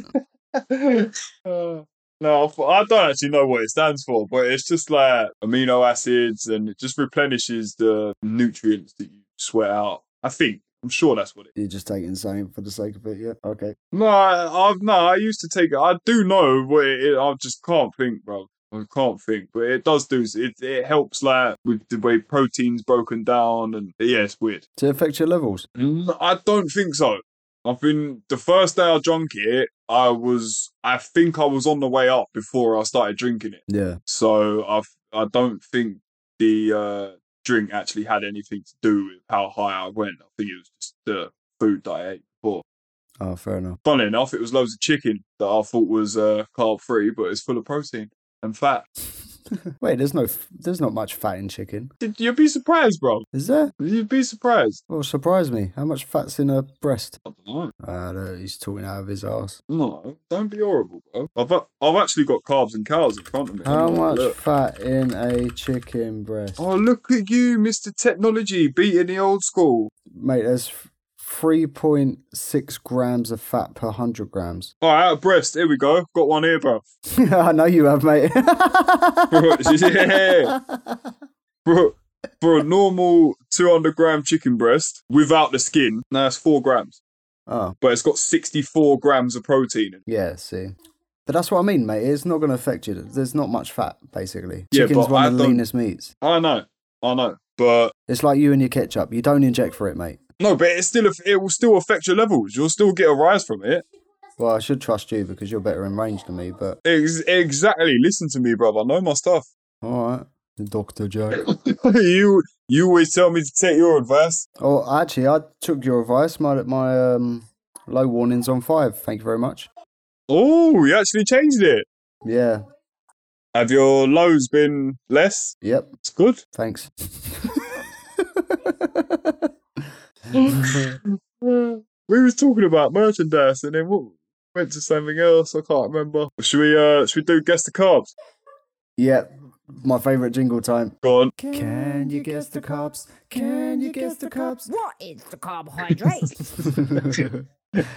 Uh, no, I don't actually know what it stands for, but it's just like amino acids and it just replenishes the nutrients that you sweat out. I think. I'm sure that's what it is.
You're just taking something for the sake of it, yeah? Okay.
No, I, I've no. I used to take it. I do know what it is. I just can't think, bro. I can't think, but it does do. It it helps like with the way proteins broken down, and yeah, it's weird.
To affect your levels.
Mm, I don't think so. I've been the first day I drank it. I was. I think I was on the way up before I started drinking it.
Yeah.
So I've. I don't think the uh, drink actually had anything to do with how high I went. I think it was just the food that I ate before.
Oh, fair enough.
Funny enough, it was loads of chicken that I thought was uh, carb free, but it's full of protein and fat.
Wait, there's no, f- there's not much fat in chicken.
Did- You'd be surprised, bro.
Is there?
You'd be surprised.
Well, surprise me. How much fat's in a breast?
I don't know.
Ah, look, he's talking out of his ass.
No, don't be horrible, bro. I've, a- I've actually got carbs and cows in front of me.
How
Look.
much
Look.
fat in a chicken breast?
Oh, look at you, Mr. Technology, beating the old school.
Mate, there's f- 3.6 grams of fat per 100 grams.
All right, out of breast. Here we go. Got one here, bro.
I know you have, mate.
yeah. For, for a normal 200 gram chicken breast without the skin, now it's four grams,
oh,
but it's got 64 grams of protein in it.
yeah, see. But that's what I mean, mate. It's not going to affect you. There's not much fat, basically.
Yeah,
Chicken's
but
one
I
of the
don't-
leanest meats.
I know, I know, but
It's like you and your ketchup. You don't inject for it, mate.
no, but it's still it will still affect your levels. You'll still get a rise from it.
Well, I should trust you because you're better in range than me, but
Ex- exactly. Listen to me, brother. I know my stuff.
all right. Dr. Jack.
you you always tell me to take your advice.
Oh, actually, I took your advice. My, my um, low warning's on five. Thank you very much.
Oh, you actually changed it.
Yeah.
Have your lows been less?
Yep.
It's good.
Thanks.
We was talking about merchandise, and then what went to something else. I can't remember. Should we uh should we do guess the carbs?
yeah. My favorite jingle time.
Go on.
Can you guess the cops? Can you guess the cops?
What is the carbohydrate?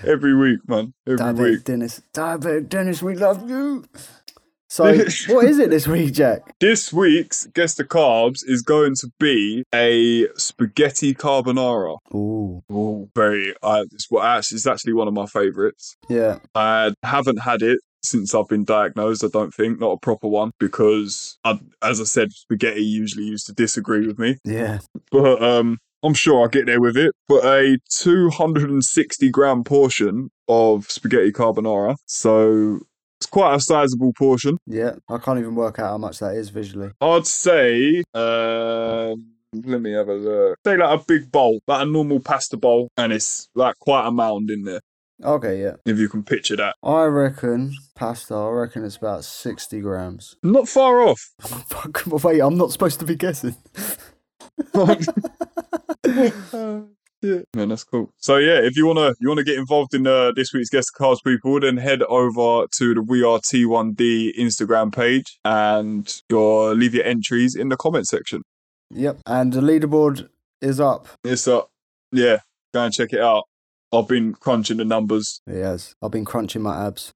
Every week, man. Every week.
Diabetic Dennis. Diabetic Dennis, we love you. So, what is it this week, Jack?
This week's Guess the Carbs is going to be a spaghetti carbonara.
Ooh,
Ooh. Very, I, it's, well, actually, it's actually one of my favourites.
yeah.
I haven't had it since I've been diagnosed, I don't think, not a proper one, because I, as I said, spaghetti usually used to disagree with me.
Yeah.
But um, I'm sure I'll get there with it. But a 260 gram portion of spaghetti carbonara. So it's quite a sizable portion.
Yeah. I can't even work out how much that is visually.
I'd say, um, let me have a look. Say like a big bowl, like a normal pasta bowl, and it's like quite a mound in there,
Okay, yeah.
if you can picture that.
I reckon pasta, I reckon it's about 60 grams.
Not far off.
Fuck, wait, I'm not supposed to be guessing.
yeah, man, that's cool. So yeah, if you wanna you wanna get involved in uh, this week's guest cards, people, then head over to the We Are T1D Instagram page and your leave your entries in the comment section.
Yep. And the leaderboard is up.
It's uh, yeah, go and check it out. I've been crunching the numbers
Yes. I've been crunching my abs.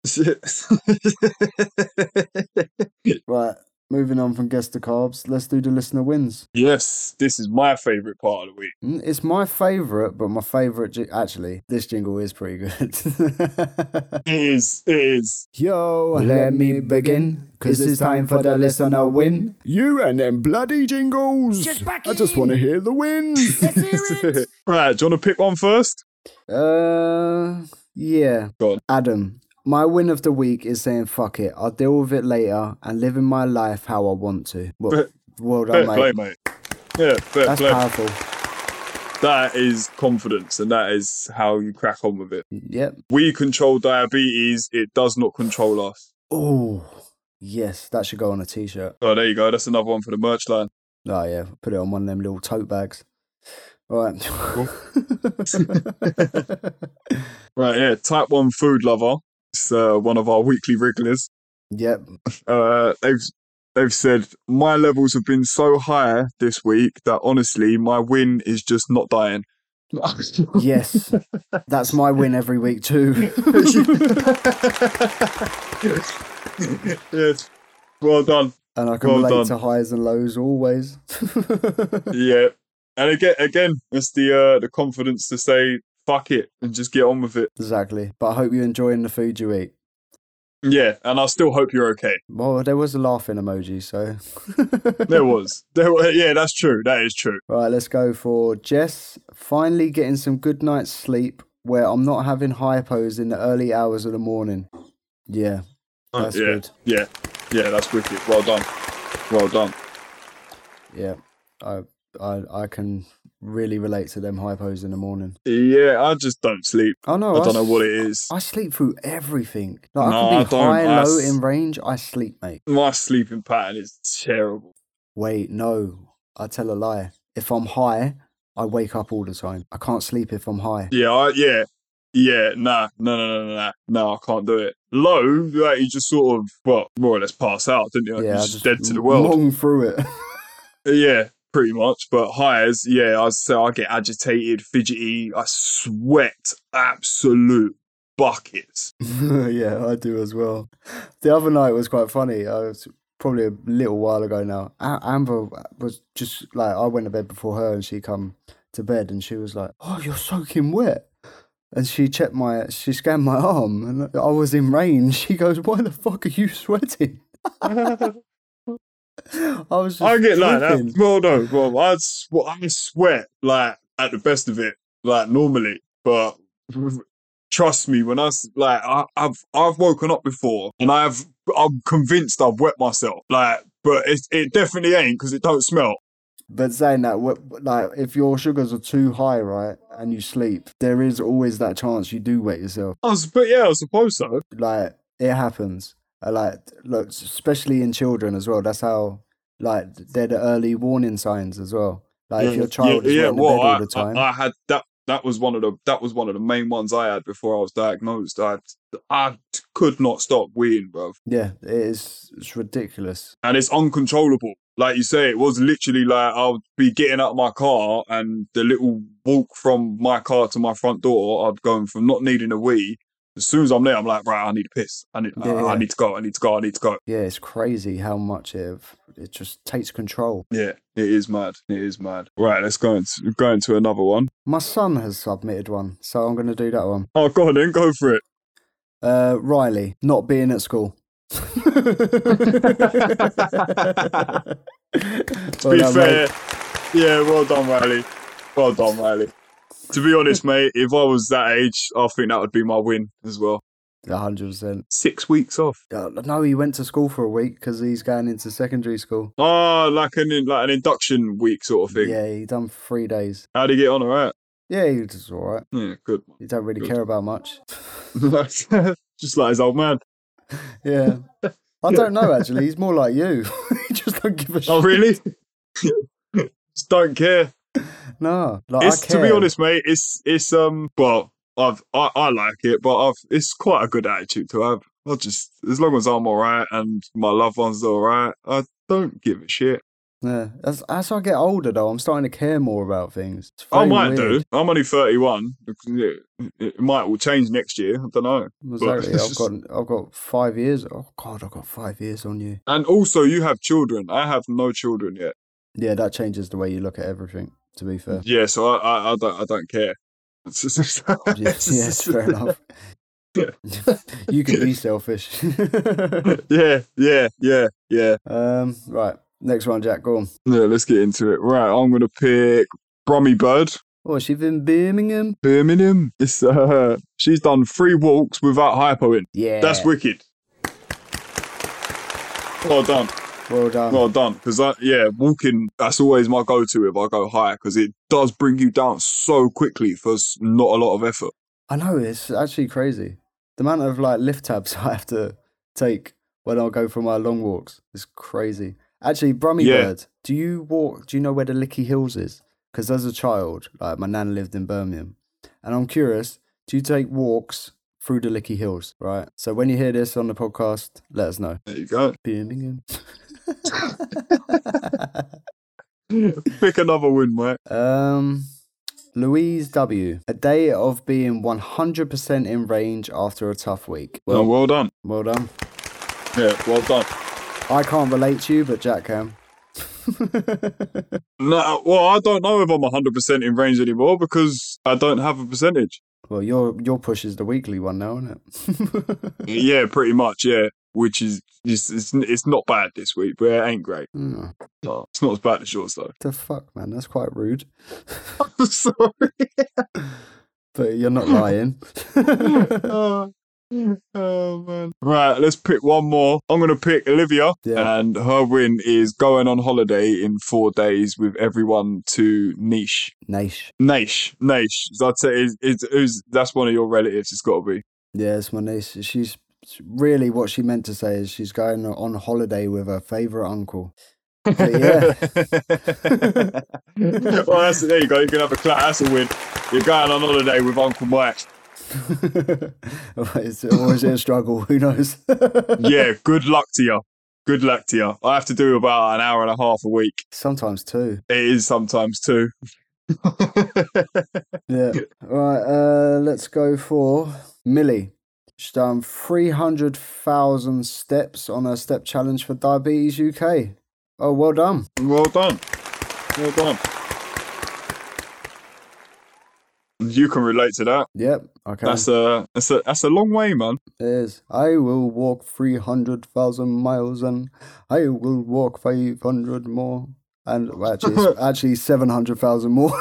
Right. Moving on from guess the carbs, let's do the listener wins.
yes, this is my favourite part of the week.
Mm, It's my favourite, but my favourite, ji- actually, this jingle is pretty good.
It is, it is.
Yo, let me begin, cause it's time for the listener win. You and them bloody jingles.
Just back
I just
in.
want to hear the wins.
Let's hear it.
Right, do you want to pick one first?
Uh, yeah.
Go on.
Adam, my win of the week is saying fuck it. I'll deal with it later and living my life how I want to. Well,
Fair-
well done,
Fair
Oh, mate.
play, mate. Yeah, fair
That's
play.
powerful.
That is confidence, and that is how you crack on with it.
Yep.
We control diabetes; it does not control us.
Oh, yes. That should go on a t-shirt.
Oh, there you go. That's another one for the merch line.
Oh yeah, put it on one of them little tote bags. All right.
Right, yeah. Type one food lover. It's uh, one of our weekly regulars.
yep.
uh, they've they've said my levels have been so high this week that honestly my win is just not dying.
Yes. That's my win every week too.
yes. Well done.
And I can
Well
relate
done.
to highs and lows always.
Yeah. And again again, it's the uh, the confidence to say fuck it and just get on with it.
exactly. But I hope you're enjoying the food you eat.
Yeah, and I still hope you're okay.
Well, there was a laughing emoji, so.
There was. There wa- yeah, that's true. That is true.
right, let's go for Jess. Finally getting some good night's sleep where I'm not having hypos in the early hours of the morning. Yeah,
Uh,
Oh, that's
yeah.
good.
Yeah. Yeah, that's wicked. Well done. Well done.
Yeah, I, I, I can really relate to them hypos in the morning.
Yeah, I just don't sleep.
Oh no,
I don't know
s-
what it is.
I sleep through everything. Like,
No,
I can
I
be
don't.
high
I
low
s-
in range. I sleep, mate.
My sleeping pattern is terrible.
Wait, no, I tell a lie. If I'm high, I wake up all the time. I can't sleep if I'm high.
Yeah, I, yeah, yeah. Nah, no, no, no, no, no, no. I can't do it. Low, like you just sort of well, more or less pass out, didn't you? You're
I
just, dead to the world.
Long through it.
Yeah, pretty much. But highs, yeah. I so I get agitated, fidgety. I sweat absolute buckets.
yeah, I do as well. The other night was quite funny. I was probably a little while ago now. A- Amber was just like I went to bed before her, and she come to bed, and she was like, "Oh, you're soaking wet." And she checked my, she scanned my arm, and I was in range. She goes, "Why the fuck are you sweating?" I was. Just
I get like
flipping.
that. Well, no, well, I sw- I sweat like at the best of it, like normally. But trust me, when I s- like I, I've I've woken up before, and I've I'm convinced I've wet myself. Like, but it it definitely ain't because it don't smell.
But saying that, wh- like, if your sugars are too high, right, and you sleep, there is always that chance you do wet yourself.
I was, but yeah, I suppose so.
like it happens. Uh, Like look, especially in children as well. That's how like they're the early warning signs as well. Like if your child is wet in the bed all
I,
the time.
I, I had that. that was one of the that was one of the main ones I had before I was diagnosed. I I could not stop weeing, bruv.
Yeah, it is. It's ridiculous.
and it's uncontrollable. Like you say, it was literally like I'll be getting out of my car and the little walk from my car to my front door, I'd going from not needing a wee. As soon as I'm there, I'm like, right, I need to piss. I need,
Yeah,
I, I
yeah.
need to go. I need to go. I need to go.
Yeah, it's crazy how much it it just takes control.
Yeah, it is mad. It is mad. Right, let's go into, go into another one.
My son has submitted one, so I'm going to do that one.
Oh, go on then, go for it.
Uh, Riley not being at school.
To be fair, yeah, well done, Riley. Well done, Riley. To be honest, mate, if I was that age, I think that would be my win as well.
hundred percent. Uh,
Six weeks off.
No, he went to school for a week because he's going into secondary school.
Oh, like an like an induction week sort of thing.
Yeah, he done three days.
How do you get on? All right.
Yeah, he was all right.
Yeah, good.
He don't really
Good.
care about much.
Just like his old man.
Yeah. I don't know actually. He's more like you. he just don't give a shit.
Oh, really? Just don't care.
No. Like,
It's
I
to
care.
be honest, mate. It's it's um. Well, I've I, I like it, but I've it's quite a good attitude to have. I just as long as I'm all right and my loved ones are all right, I don't give a shit.
Yeah. As, as I get older though, I'm starting to care more about things. It's
I
very
might
weird.
do. I'm only 31. It, it might all change next year. I don't know. but
Exactly.
it's
I've
just-
got I've got five years. Oh god, I've got five years on you.
And also, you have children. I have no children yet.
Yeah, that changes the way you look at everything, to be fair.
Yeah, so I, I, I don't, I don't care.
Yeah, yeah, it's fair enough. you can be selfish.
yeah, yeah, yeah, yeah.
um, right. Next one, Jack. Go on.
Yeah, let's get into it. Right, I'm gonna pick Brummy Bird,
Oh, is she in Birmingham?
Birmingham. It's uh, she's done three walks without hypo in.
Yeah.
That's wicked. Well done,
well done.
well done. Because I, yeah, walking that's always my go-to if I go higher because it does bring you down so quickly for s- not a lot of effort.
I know it's actually crazy. The amount of like lift tabs I have to take when I go for my long walks is crazy. Actually, Brummy
Yeah.
Bird, do you walk? Do you know where the Licky Hills is? Because as a child, like my nan lived in Birmingham, and I'm curious. Do you take walks through the Licky Hills? Right. So when you hear this on the podcast, let us know.
There you go.
Birmingham.
Pick another win, mate.
Um, Louise W. A day of being 100% in range after a tough week.
Well,
Well,
well done.
well done.
Yeah, well done.
I can't relate to you, but Jack can.
No, uh, well, I don't know if I'm 100% in range anymore because I don't have a percentage.
Well, your your push is the weekly one now, isn't it?
yeah, pretty much, yeah. Which is, it's, it's, it's not bad this week, but it ain't great.
Hmm,
It's not as bad as yours, though.
the fuck, man? That's quite rude.
Sorry.
But you're not lying.
oh, oh, man. Right, let's pick one more. I'm going to pick Olivia,
Yeah.
and her win is going on holiday in four days with everyone to Niche.
Naish.
Niche. Niche. That's, it, is, is, is, that's one of your relatives, it's got to be.
Yeah, it's my niece. She's really what she meant to say is she's going on holiday with her favorite uncle. But yeah,
well, that's, there you go. You can have a clap. That's a win. You're going on holiday with Uncle Mike.
it's always a struggle. Who knows?
Yeah, good luck to you. Good luck to you. I have to do about an hour and a half a week.
Sometimes too.
It is sometimes too.
Yeah. All right. Uh, let's go for Millie. She's done 300,000 steps on her step challenge for Diabetes UK. Oh, well done.
well done. Well done. You can relate to that.
Yep. Okay.
That's a that's a that's a long way, man.
It is. I will walk 300,000 miles and I will walk 500 more. And well, actually, it's actually 700,000 more.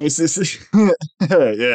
It's, it's, yeah,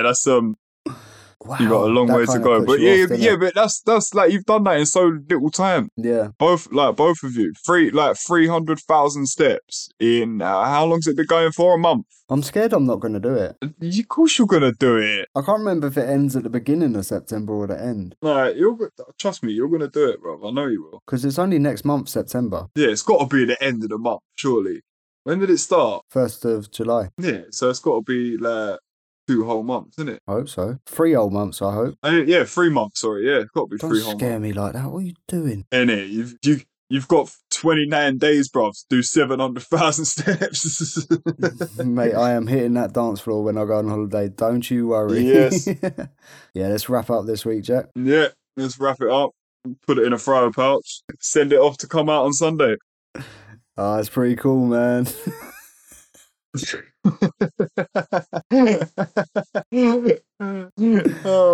that's um.
wow.
You got a long
that
way to
kinda
go,
puts
but
you
yeah,
off, doesn't
yeah,
it?
but that's that's like you've done that in so little time.
yeah.
both like both of you three like 300,000 steps in uh, how long's it been going for a month
I'm scared I'm not going to do it.
you, of course you're gonna do it
I can't remember if it ends at the beginning of September or the end
like you're go- trust me you're gonna do it bro i know you will
because it's only next month, September.
yeah it's gotta be the end of the month surely When did it start?
First of July.
Yeah, so it's got to be like two whole months, isn't it?
I hope so. Three old months, I hope.
Uh, yeah, three months. Sorry, yeah, it's got to be
Don't
three whole
scare
months.
me like that. What are you doing?
In it, you've you you've got twenty nine days, bruv, to do seven hundred thousand steps.
Mate, I am hitting that dance floor when I go on holiday. Don't you worry.
Yes.
yeah, let's wrap up this week, Jack.
yeah, let's wrap it up. Put it in a fryer pouch. Send it off to come out on Sunday.
Ah, it's pretty cool, man.
oh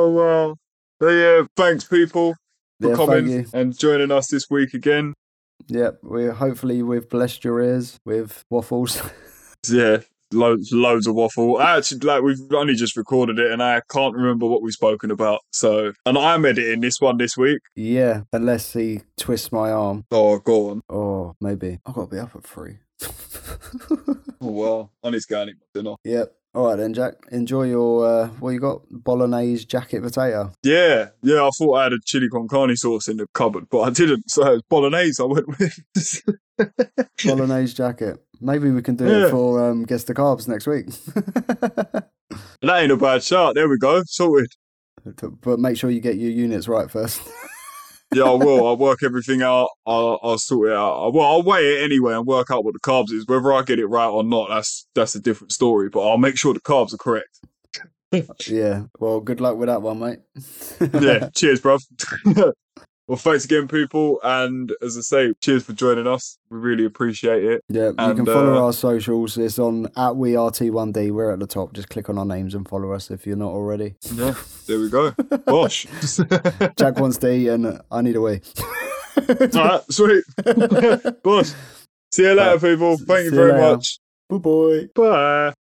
wow. So yeah, thanks people for
Yeah, thank you.
coming and joining us this week again.
Yep, we hopefully we've blessed your ears with waffles.
Yeah, loads loads of waffle. I actually like we've only just recorded it and I can't remember what we've spoken about. So and I'm editing this one this week.
yeah, unless he twists my arm,
Oh go on.
or maybe I've got to be up at three.
Oh well. I need to go and eat my dinner.
yep. All right then, Jack. Enjoy your uh, what you got? Bolognese jacket potato.
Yeah, yeah, I thought I had a chili con carne sauce in the cupboard, but I didn't, so it's bolognese I went with.
Bolognese jacket. Maybe we can do
Yeah.
it for um, guess the carbs next week.
that ain't a bad shot. There we go. Sorted.
but make sure you get your units right first.
yeah, I will. I'll work everything out. I'll, I'll sort it out. I- Well, I'll weigh it anyway and work out what the carbs is. Whether I get it right or not, that's that's a different story. But I'll make sure the carbs are correct.
yeah. Well, good luck with that one, mate.
Yeah. cheers, bruv. well, thanks again, people. And as I say, cheers for joining us. We really appreciate it.
Yeah, you
And,
can follow
uh,
our socials. It's on at we are T1D. We're at the top. Just click on our names and follow us if you're not already.
Yeah, there we go. Bosh. All
Jack wants to eat and I need a wee.
right, sweet. Bosh. See you later, people. Thank you
See you
very
later.
much.
Bye boy.
Bye.